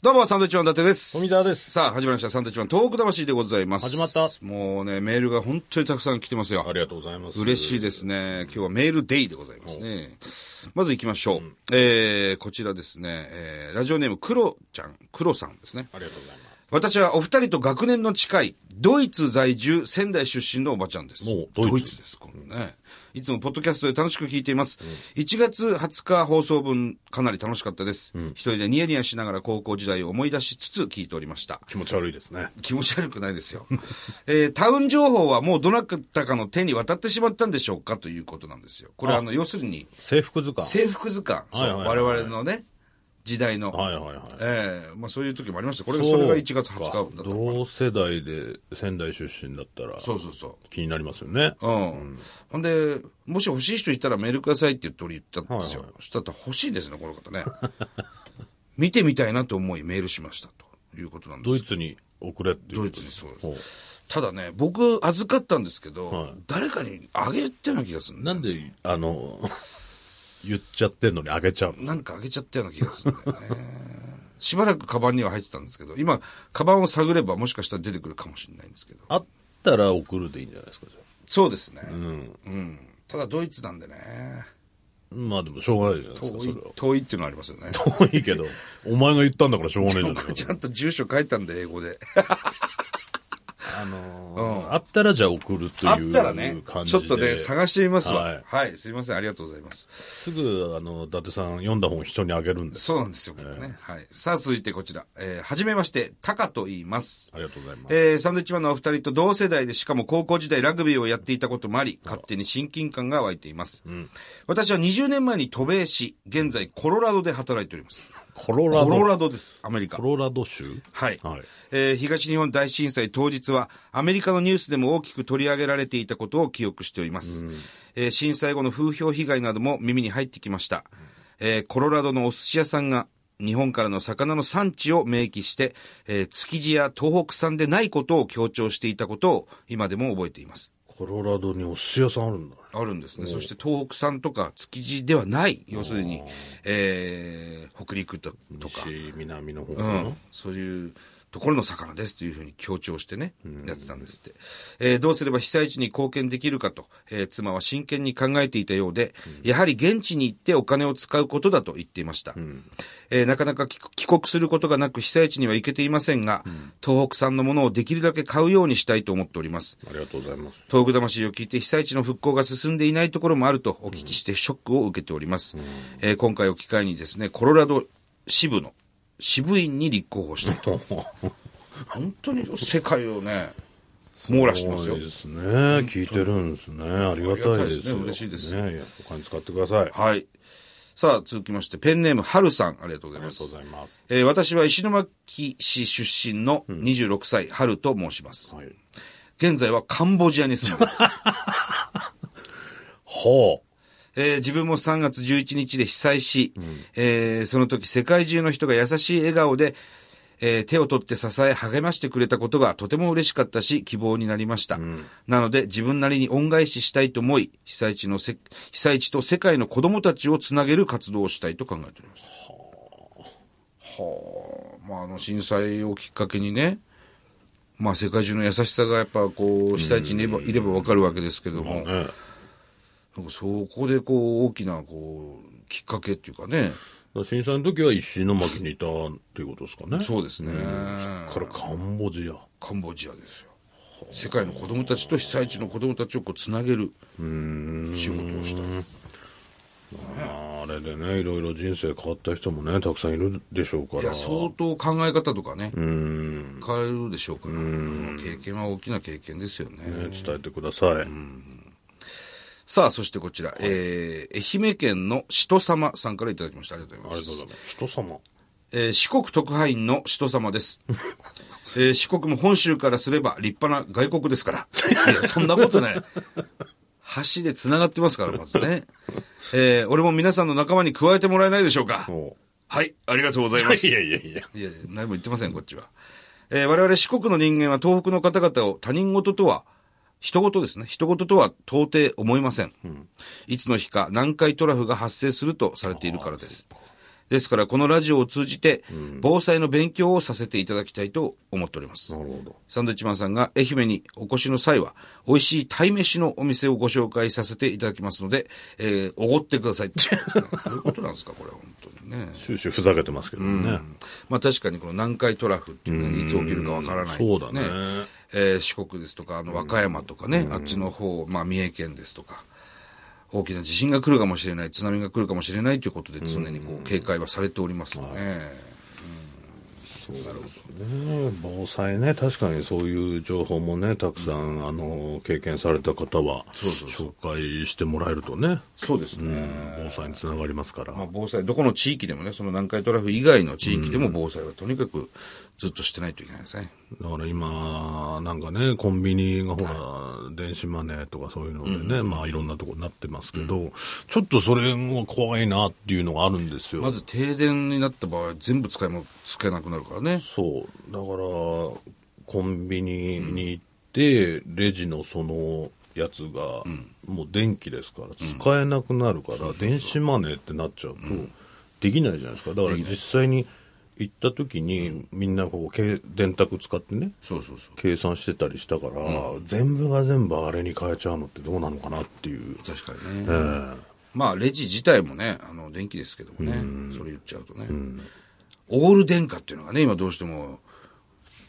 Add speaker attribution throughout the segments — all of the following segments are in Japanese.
Speaker 1: どうも、サンドイッチマン伊達です。
Speaker 2: 富澤です
Speaker 1: さあ、始まりました。サンドイッチマン、トーク魂でございます。
Speaker 2: 始まった
Speaker 1: もうね、メールが本当にたくさん来てますよ。
Speaker 2: ありがとうございます。
Speaker 1: 嬉しい
Speaker 2: い。
Speaker 1: ですね。今日はメールデイでございますね。まず行きましょう。えー、こちらですね、えー、ラジオネーム、クロちゃん、クロさんですね。
Speaker 2: ありがとうございま
Speaker 1: 私はお二人と学年の近い、ドイツ在住、仙台出身のおばちゃんです。
Speaker 2: もうドイツ
Speaker 1: です、このね。いつもポッドキャストで楽しく聞いています。1月20日放送分、かなり楽しかったです。一人でニヤニヤしながら高校時代を思い出しつつ聞いておりました。
Speaker 2: す。気持ち悪いですね。
Speaker 1: 気持ち悪くないですよ。 えー、タウン情報はもうどなたかの手に渡ってしまったんでしょうかということなんですよ。これあの、要するに、
Speaker 2: 制服図鑑。
Speaker 1: 制服図鑑。そう、
Speaker 2: はいはいはい
Speaker 1: 我々のね、時代の。
Speaker 2: はいはいはい。
Speaker 1: ええまあそういう時もありました。これが、それが1月20日だった
Speaker 2: そうか同世代で仙台出身だったら
Speaker 1: そうそうそ
Speaker 2: 気になりますよね。
Speaker 1: う。うん。ほんで、もし欲しい人いたらメールくださいって言って俺言ったんですよ。
Speaker 2: はいは
Speaker 1: そしたら欲しいですね、この方ね。 見てみたいなと思いメールしましたということなんです。
Speaker 2: ドイツに送れっていう
Speaker 1: ド
Speaker 2: こ
Speaker 1: イ
Speaker 2: と
Speaker 1: ツ
Speaker 2: で
Speaker 1: に
Speaker 2: す。
Speaker 1: そうです。ただね、僕預かったんですけど、
Speaker 2: はい
Speaker 1: 誰かにあげてような気がするんだ
Speaker 2: なんで、あの、 言っちゃってんのにあげちゃうの
Speaker 1: なんかあげちゃったような気がするんだよね。 しばらくカバンには入ってたんですけど、今、カバンを探ればもしかしたら出てくるかもしれないんですけど。
Speaker 2: あったら送るでいいんじゃないですか、じゃ
Speaker 1: そうですね。うん。ただドイツなんでね。
Speaker 2: あまあでもしょうがないじゃないですか、
Speaker 1: 遠
Speaker 2: それ
Speaker 1: い、遠いっていうのはありますよね。
Speaker 2: は。遠いけど、お前が言ったんだからしょうがないじゃな
Speaker 1: 僕
Speaker 2: いです
Speaker 1: ち
Speaker 2: か。
Speaker 1: ゃんと住所書いたんで、英語で。
Speaker 2: あのーあったらじゃあ送ると
Speaker 1: あっ
Speaker 2: いう感じで。
Speaker 1: たらね、ちょっとね、探してみますわ。は
Speaker 2: はいい、
Speaker 1: すいません、ありがとうございます。
Speaker 2: すぐ、あの、伊達さん読んだ本を人にあげるんです。
Speaker 1: そうなんですよ、これね。はい。さあ、続いてこちら。えー、はじめまして、タカと言います。
Speaker 2: ありがとうございます。
Speaker 1: えー、サンドウィッチマンのお二人と同世代でしかも高校時代ラグビーをやっていたこともあり、勝手に親近感が湧いています。私は20年前に渡米し、現在コロラドで働いております。
Speaker 2: コロラ
Speaker 1: コ
Speaker 2: ド。
Speaker 1: ロラドです、アメリカ
Speaker 2: コ。ロラド州
Speaker 1: はい。
Speaker 2: はい
Speaker 1: えー東日本大震災当日は、アメリカのニュースでも大きく取り上げられていたことを記憶しております。えー震災後の風評被害なども耳に入ってきました。えーコロラドのお寿司屋さんが、日本からの魚の産地を明記して、えー築地や東北産でないことを強調していたことを今でも覚えています。
Speaker 2: コロラドにお寿司屋さんあるんだね。
Speaker 1: あるんですね。そして東北産とか築地ではない、要するに、えー北陸ととか、
Speaker 2: 西、南の方か
Speaker 1: う
Speaker 2: な、
Speaker 1: ん、そういうところの魚ですというふうに強調してね、やってたんですって。えーどうすれば被災地に貢献できるかと、えー妻は真剣に考えていたようで、やはり現地に行ってお金を使うことだと言っていました。えーなかなか帰帰国することがなく被災地には行けていませんが、東北産のものをできるだけ買うようにしたいと思っております。
Speaker 2: ありがとうございます。
Speaker 1: 東北魂を聞いて被災地の復興が進んでいないところもあるとお聞きしてショックを受けております。えー今回を機会にですね、コロラド支部の支部員に立候補した と。本当に世界をね、網羅してますよ
Speaker 2: そう。ですね。聞いてるんですね。あり
Speaker 1: あ
Speaker 2: がたいですよ
Speaker 1: りがたいですね嬉しいです
Speaker 2: ねえお金使ってください。ありが
Speaker 1: はい。さあ、続きまして、ペンネーム、はるさん、ありがとうございま
Speaker 2: と
Speaker 1: す
Speaker 2: う。ございます。
Speaker 1: えー私は石巻市出身の26歳、はると申します。
Speaker 2: はい。
Speaker 1: 現在はカンボジアに住んでいます。
Speaker 2: ほ
Speaker 1: えー自分も3月11日で被災し、えーその時世界中の人が優しい笑顔で、えー手を取って支え励ましてくれたことがとても嬉しかったし希望になりました。なので自分なりに恩返ししたいと思い、被災地のせ、被災地と世界の子供たちをつなげる活動をしたいと考えております。はあ。まああの震災をきっかけにね、まあ世界中の優しさがやっぱこう被災地にいれば、いればわかるわけですけども、
Speaker 2: う。ね
Speaker 1: なんかそこでこう大きなこうきっかけっていうかね。
Speaker 2: 震災の時は石巻にいたっていうことですかね。
Speaker 1: そうですね。
Speaker 2: からカンボジア。
Speaker 1: カンボジアですよ。世界の子供たちと被災地の子供たちをこうつなげる仕事をした。
Speaker 2: あれでね、いろいろ人生変わった人もね、たくさんいるでしょうから。
Speaker 1: いや、相当考え方とかね、変えるでしょうから、経験は大きな経験ですよね。
Speaker 2: ね伝えてください。
Speaker 1: さあ、そしてこちら、えー、愛媛県の人様さんからいただきました。ありがとうござ
Speaker 2: あ
Speaker 1: い
Speaker 2: り
Speaker 1: ま
Speaker 2: が
Speaker 1: す
Speaker 2: とう。ございます。人様。
Speaker 1: えー四国特派員の人様です。 えー四国も本州からすれば立派な外国ですから。いや、そんなことない。橋で繋がってますから、まずね。えー俺も皆さんの仲間に加えてもらえないでしょうか。
Speaker 2: お
Speaker 1: はい、ありがとうございます。
Speaker 2: いやいやいや。
Speaker 1: いや、何も言ってません、こっちは。えー我々四国の人間は東北の方々を他人事とは、人事ですね。人事とは到底思いません。いつの日か南海トラフが発生するとされているからです。ですから、このラジオを通じて、防災の勉強をさせていただきたいと思っております。
Speaker 2: なるほど。
Speaker 1: サンドウィッチマンさんが愛媛にお越しの際は、美味しい鯛めしのお店をご紹介させていただきますので、えー、おごってください。 どういうことなんですか、これ、本当にね。
Speaker 2: 終始ふざけてますけどね。
Speaker 1: まあ確かにこの南海トラフっていうね、いつ起きるかわからない、
Speaker 2: そうだね
Speaker 1: えー四国ですとか、あの和歌山とかね、あっちの方、まあ三重県ですとか、大きな地震が来るかもしれない、津波が来るかもしれないということで常にこう警戒はされておりますよね。
Speaker 2: ねえ防災ね、確かにそういう情報もね、たくさん、あの、経験された方は、紹介してもらえるとね、
Speaker 1: そうですね。
Speaker 2: 防災につながりますから。
Speaker 1: まあ、防災、どこの地域でもね、その南海トラフ以外の地域でも防災はとにかくずっとしてないといけないですね。
Speaker 2: だから今、なんかね、コンビニがほら、電子マネーとかそういうのでね、まあいろんなとこになってますけど、ちょっとそれも怖いなっていうのがあるんですよ。
Speaker 1: まず停電になった場合、全部使いも、使えなくなるからね。
Speaker 2: そう。だから、コンビニに行って、レジのそのやつが、もう電気ですから、使えなくなるから、電子マネーってなっちゃうと、できないじゃないですか。だから実際に行った時に、みんなこう、け電卓使ってね、
Speaker 1: そうそうそう。
Speaker 2: 計算してたりしたから、全部が全部あれに変えちゃうのってどうなのかなっていう。
Speaker 1: 確かにね。まあ、レジ自体もね、あの、電気ですけどもね、それ言っちゃうとね、オール電化っていうのがね、今どうしても、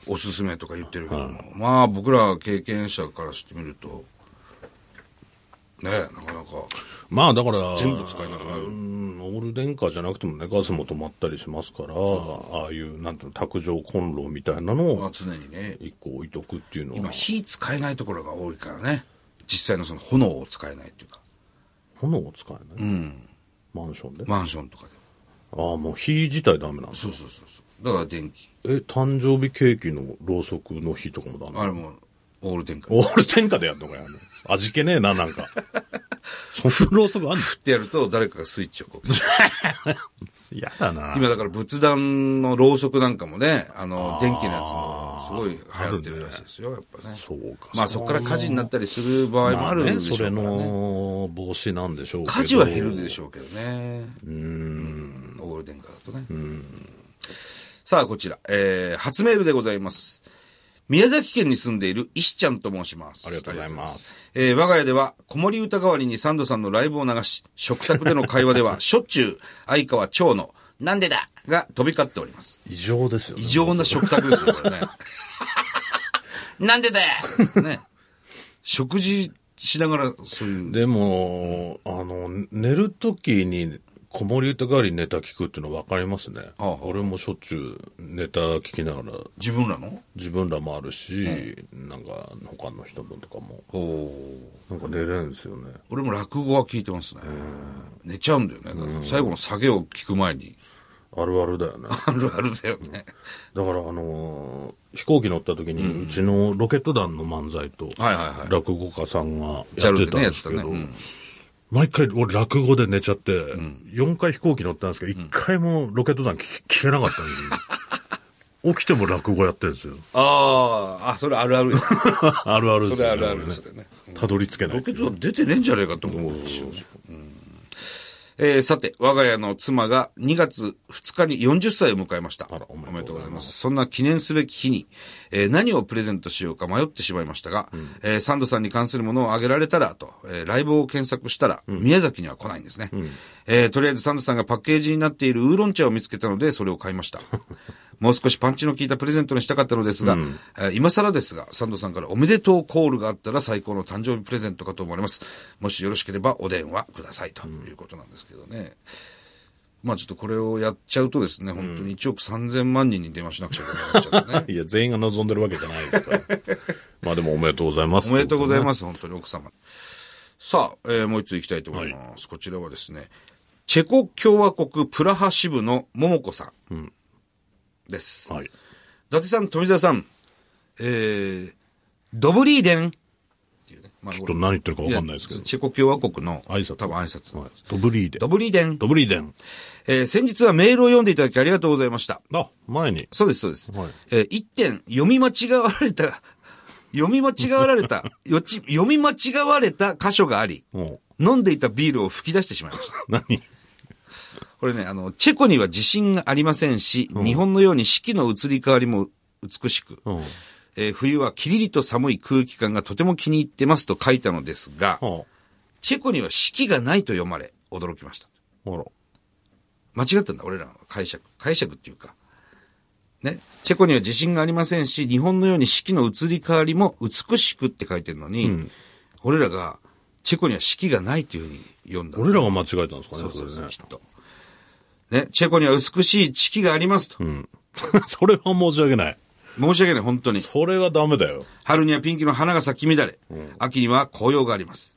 Speaker 1: おすすめとか言ってるけども、まあ、僕ら経験者からしてみると、ねなかなか、
Speaker 2: まあだから、
Speaker 1: 全部使えなくなる
Speaker 2: うんオール電化じゃなくてもね、ガスも止まったりしますから、ああいう、なんていうの、卓上コンロみたいなの
Speaker 1: まあ、
Speaker 2: を
Speaker 1: 常にね、
Speaker 2: 一個置いとくっていうの
Speaker 1: 今、
Speaker 2: は、
Speaker 1: 火使えないところが多いからね、実際のその炎を使えないっていうか、
Speaker 2: 炎を使えない、マンションで。
Speaker 1: マンションとかで。
Speaker 2: ああ、もう火自体ダメなんです
Speaker 1: そうそうそうそう。だから電気。
Speaker 2: え、誕生日ケーキのろうそくの火とかもダメ
Speaker 1: あれも、オール電化。
Speaker 2: オール電化でやんのかやんの味気ねえな、なんか。そんなろうそくあんの
Speaker 1: ってやると、誰かがスイッチをこう消す。
Speaker 2: 嫌だな。
Speaker 1: 今だから仏壇のろうそくなんかもね、あの、電気のやつも、すごい流行ってるらしいですよ、やっぱね。
Speaker 2: そうか。
Speaker 1: まあそこから火事になったりする場合もあるんでしょう
Speaker 2: そ
Speaker 1: から
Speaker 2: れ
Speaker 1: ね。
Speaker 2: の防止なんでしょうけど。
Speaker 1: 火事は減るでしょうけどね。うん。オール電化だとね。さあ、こちら。えー、初メールでございます。宮崎県に住んでいる石ちゃんと申します。
Speaker 2: ありがとうございます
Speaker 1: ありがとうございます。えー我が家では、子守歌代わりにサンドさんのライブを流し、食卓での会話で は、しょっちゅう、相川蝶の、なんでだが飛び交っております。
Speaker 2: 異常ですよね。
Speaker 1: 異常な食卓ですよ、こ れね。なんでだよね。食事しながら、そういう。
Speaker 2: でも、あの、寝るときに、子守歌代わりにネタ聞くっていうの分かりますね。
Speaker 1: ああ
Speaker 2: 俺もしょっちゅうネタ聞きながら、
Speaker 1: 自分らの
Speaker 2: 自分らもあるし、なんか他の人のとかも、
Speaker 1: おー
Speaker 2: なんか寝れるんですよね。
Speaker 1: 俺も落語は聞いてますね。寝ちゃうんだよね。だから最後の下げを聞く前に。
Speaker 2: あるあるだよね。
Speaker 1: あるあるだよね。
Speaker 2: だから、あのー飛行機乗った時に、うちのロケット団の漫才と
Speaker 1: はいはいは、い
Speaker 2: 落語家さんがやっ
Speaker 1: JAL
Speaker 2: て
Speaker 1: で
Speaker 2: た
Speaker 1: ねや
Speaker 2: んで
Speaker 1: って
Speaker 2: す
Speaker 1: た
Speaker 2: け
Speaker 1: ね。
Speaker 2: ど
Speaker 1: う、ん
Speaker 2: 毎回俺落語で寝ちゃって、4回飛行機乗ったんですけど、1回もロケット団聞き聞けなかったんです よ。起きても落語やってるんですよ。
Speaker 1: ああ、あ、それあるある。
Speaker 2: あるあるで
Speaker 1: そ
Speaker 2: すよ
Speaker 1: れ
Speaker 2: ね
Speaker 1: あるある
Speaker 2: こ
Speaker 1: で
Speaker 2: れね
Speaker 1: すよね。
Speaker 2: たどり着けない
Speaker 1: ロ。ケットは出てねえんじゃねえかと思う。えーさて、我が家の妻が2月2日に40歳を迎えました。
Speaker 2: あらおめでとうございます
Speaker 1: そんな記念すべき日に、えー何をプレゼントしようか迷ってしまいましたが、えーサンドさんに関するものをあげられたらと、えーライブを検索したら、宮崎には来ないんですね、えーとりあえずサンドさんがパッケージになっているウーロン茶を見つけたので、それを買いま した。もう少しパンチの効いたプレゼントにしたかったのですが、えー今更ですが、サンドさんからおめでとうコールがあったら最高の誕生日プレゼントかと思われます。もしよろしければお電話くださいということなんですけどね。まあちょっとこれをやっちゃうとですね、本当に1億3000万人に電話しなくちゃいけなくなっちゃう ね。
Speaker 2: いや、全員が望んでるわけじゃないです から。まあでもおめでとうございます。
Speaker 1: おめでとうござい
Speaker 2: す。
Speaker 1: ます、本当に奥様。さあ、えーもう一つ行きたいと思います。こちらはですね、チェコ共和国プラハ支部の桃子さんです。
Speaker 2: はい。
Speaker 1: 伊達さん、富澤さん、えー、ドブリーデンっていうね。まあ、
Speaker 2: ち
Speaker 1: ち
Speaker 2: ょっと何言ってるかわかんないですけど。
Speaker 1: チェコ共和国の
Speaker 2: 挨拶
Speaker 1: 多分挨拶。
Speaker 2: はいドブリーデ
Speaker 1: ド
Speaker 2: ン。
Speaker 1: ブリーデン、
Speaker 2: ドブリーデン。
Speaker 1: えー先日はメールを読んでいただきありがとうございました。
Speaker 2: あ、前に。
Speaker 1: そうです、そうです。
Speaker 2: はい
Speaker 1: えー一点、読み間違われた、 読み間違われた、よち、読み間違われた箇所があり、
Speaker 2: も
Speaker 1: 飲んでいたビールを吹き出してしまいました。
Speaker 2: う、何
Speaker 1: これね、あの、チェコには地震がありませんし、日本のように四季の移り変わりも美しく、
Speaker 2: うん。は
Speaker 1: えー冬はキリリと寒い空気感がとても気に入ってますと書いたのですが、
Speaker 2: あ。
Speaker 1: チェコには四季がないと読まれ、驚きました。
Speaker 2: ほら。
Speaker 1: 間違ったんだ、俺らの解釈。解釈っていうか。ね。チェコには地震がありませんし、日本のように四季の移り変わりも美しくって書いてるのに、俺らが、チェコには四季がないというふうに読んだ。
Speaker 2: 俺らが間違えたんですかね、
Speaker 1: そう
Speaker 2: そ
Speaker 1: そうそう、
Speaker 2: れね
Speaker 1: きっと。ね、チェコには美しい地気がありますと。
Speaker 2: それは申し訳ない。
Speaker 1: 申し訳ない、本当に。
Speaker 2: それはダメだよ。
Speaker 1: 春にはピンキの花が咲き乱れ、秋には紅葉があります。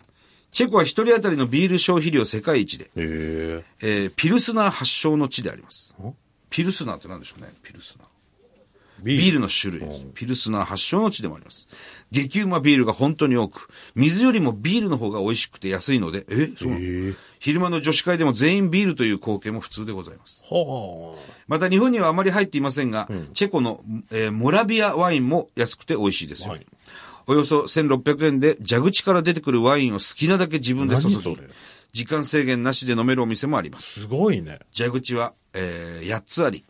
Speaker 1: チェコは一人当たりのビール消費量世界一で、
Speaker 2: へえ。
Speaker 1: えーピルスナー発祥の地であります。ピルスナーって何でしょうね、ピルスナー。
Speaker 2: ビ
Speaker 1: ビールの種類です。ピルスナー発祥の地でもあります。激うまビールが本当に多く、水よりもビールの方が美味しくて安いので、えそうなの、昼間の女子会でも全員ビールという光景も普通でございます。
Speaker 2: は
Speaker 1: また日本にはあまり入っていませんが、チェコの、えーモラビアワインも安くて美味しいです
Speaker 2: あ。
Speaker 1: よ。
Speaker 2: はい。
Speaker 1: およそ1600円で蛇口から出てくるワインを好きなだけ自分で注
Speaker 2: 何そ
Speaker 1: ぎ
Speaker 2: れ、
Speaker 1: 時間制限なしで飲めるお店もあります。
Speaker 2: すごいね。
Speaker 1: 蛇口は、えー8つあり、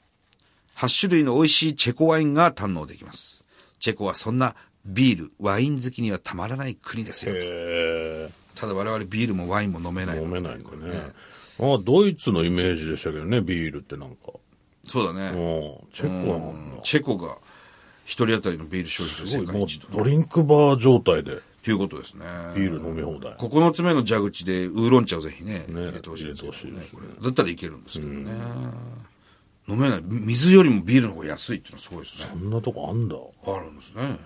Speaker 1: 8種類の美味しいチェコワインが堪能できます。チェコはそんなビール、ワイン好きにはたまらない国ですよ。
Speaker 2: へえ。
Speaker 1: ただ我々ビールもワインも飲めないの
Speaker 2: 飲
Speaker 1: で
Speaker 2: めないんだね。ああ、ドイツのイメージでしたけどね、ビールってなんか。
Speaker 1: そうだ
Speaker 2: う
Speaker 1: ね。
Speaker 2: ん。チェコはもう
Speaker 1: うんチェコが一人当たりのビール消費
Speaker 2: す
Speaker 1: 量世
Speaker 2: ごい、
Speaker 1: 界
Speaker 2: もう
Speaker 1: 一と
Speaker 2: ドリンクバー状態で
Speaker 1: ということですね。
Speaker 2: ビール飲み放題。
Speaker 1: 9つ目の蛇口でウーロン茶をぜひね、
Speaker 2: ね
Speaker 1: 入れてほしいですけどね
Speaker 2: 入れてほしいですね
Speaker 1: これだったらいけるんですけどね。飲めない。水よりもビールの方が安いっていうのはすごいですね。
Speaker 2: そんなとこあんだ。
Speaker 1: あるんですね。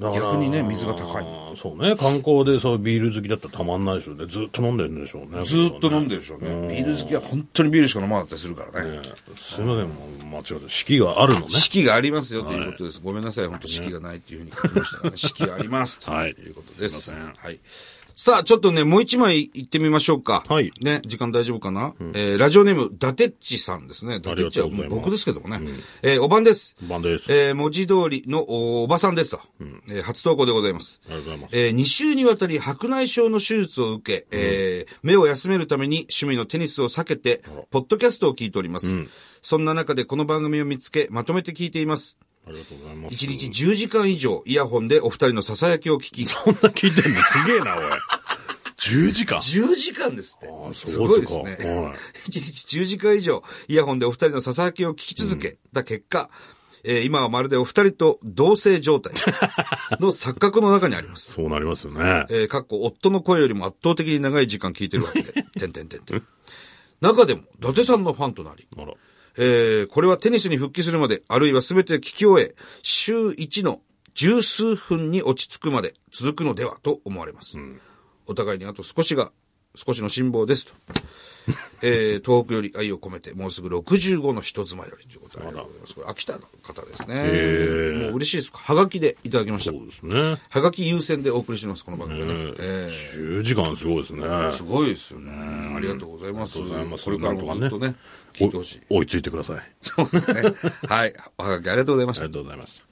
Speaker 2: だから
Speaker 1: 逆にね水が高い。
Speaker 2: そうね、観光でそうビール好きだったらたまんないでしょうね。ずっと飲んでるんでしょうね。
Speaker 1: ずーっと飲ん
Speaker 2: で
Speaker 1: でるでしょうね。ビール好きは本当にビールしか飲まなかったりするからね。
Speaker 2: すいません、もう間違えた。式があるのね。
Speaker 1: 四季がありますよということです。ごめんなさい。本当四季がないっていうふうに書きましたからね。四季があります。と
Speaker 2: はい
Speaker 1: いうことです。
Speaker 2: すいません
Speaker 1: はい。さあ、ちょっとね、もう一枚行ってみましょうか。
Speaker 2: はい
Speaker 1: ね、時間大丈夫かな、えーラジオネーム、ダテッチさんですね。ダテッチはも
Speaker 2: あ
Speaker 1: う
Speaker 2: りがとうござい
Speaker 1: 僕
Speaker 2: ます
Speaker 1: ですけどもね。えーおばんです。
Speaker 2: 番です。あ
Speaker 1: えー文字通りのおおばさんですと、えー初投稿でございます。
Speaker 2: りがとうございます。
Speaker 1: え2週にわたり白内障の手術を受け、えー目を休めるために趣味のテニスを避けて、ポッドキャストを聞いております、そんな中でこの番組を見つけ、まとめて聞いています。
Speaker 2: ありがとうございます。
Speaker 1: 1日10時間以上、イヤホンでお二人の囁きを聞き、
Speaker 2: こんな聞いてんのすげえ な、おい。10時間
Speaker 1: 10時間ですって
Speaker 2: あ。
Speaker 1: す
Speaker 2: そう
Speaker 1: ごいで
Speaker 2: で
Speaker 1: す
Speaker 2: か
Speaker 1: すね。
Speaker 2: は
Speaker 1: 1
Speaker 2: い
Speaker 1: 日10時間以上、イヤホンでお二人の囁きを聞き続けた結果、えー今はまるでお二人と同性状 態の錯覚の中にあります。
Speaker 2: そうなりますよね。
Speaker 1: えー、かっこ夫の声よりも圧倒的に長い時間聞いてるわけ で、てんてんてんてん。中でも、伊達さんのファンとなり、
Speaker 2: あら。
Speaker 1: えー、これはテニスに復帰するまで、あるいは全て聞き終え、週1の十数分に落ち着くまで続くのではと思われます。お互いにあと少しが、少しの辛抱ですと。 えー、東北より愛を込めて、もうすぐ65の人妻よりということでありがとうございます。これ秋田の方ですね。
Speaker 2: へー
Speaker 1: もう嬉しいです。はがきでいただきました
Speaker 2: そ。うですね。
Speaker 1: はがき優先でお送りしてます、この番組はね。えー
Speaker 2: 10時間すごいですね。
Speaker 1: すごいですよね。ありがとうございます。
Speaker 2: りがとうございます
Speaker 1: これからもずっとね、聞いてほしい。
Speaker 2: 追いついてください。
Speaker 1: そうですね。はい。おはがきありがとうございました
Speaker 2: あり。がとうございます。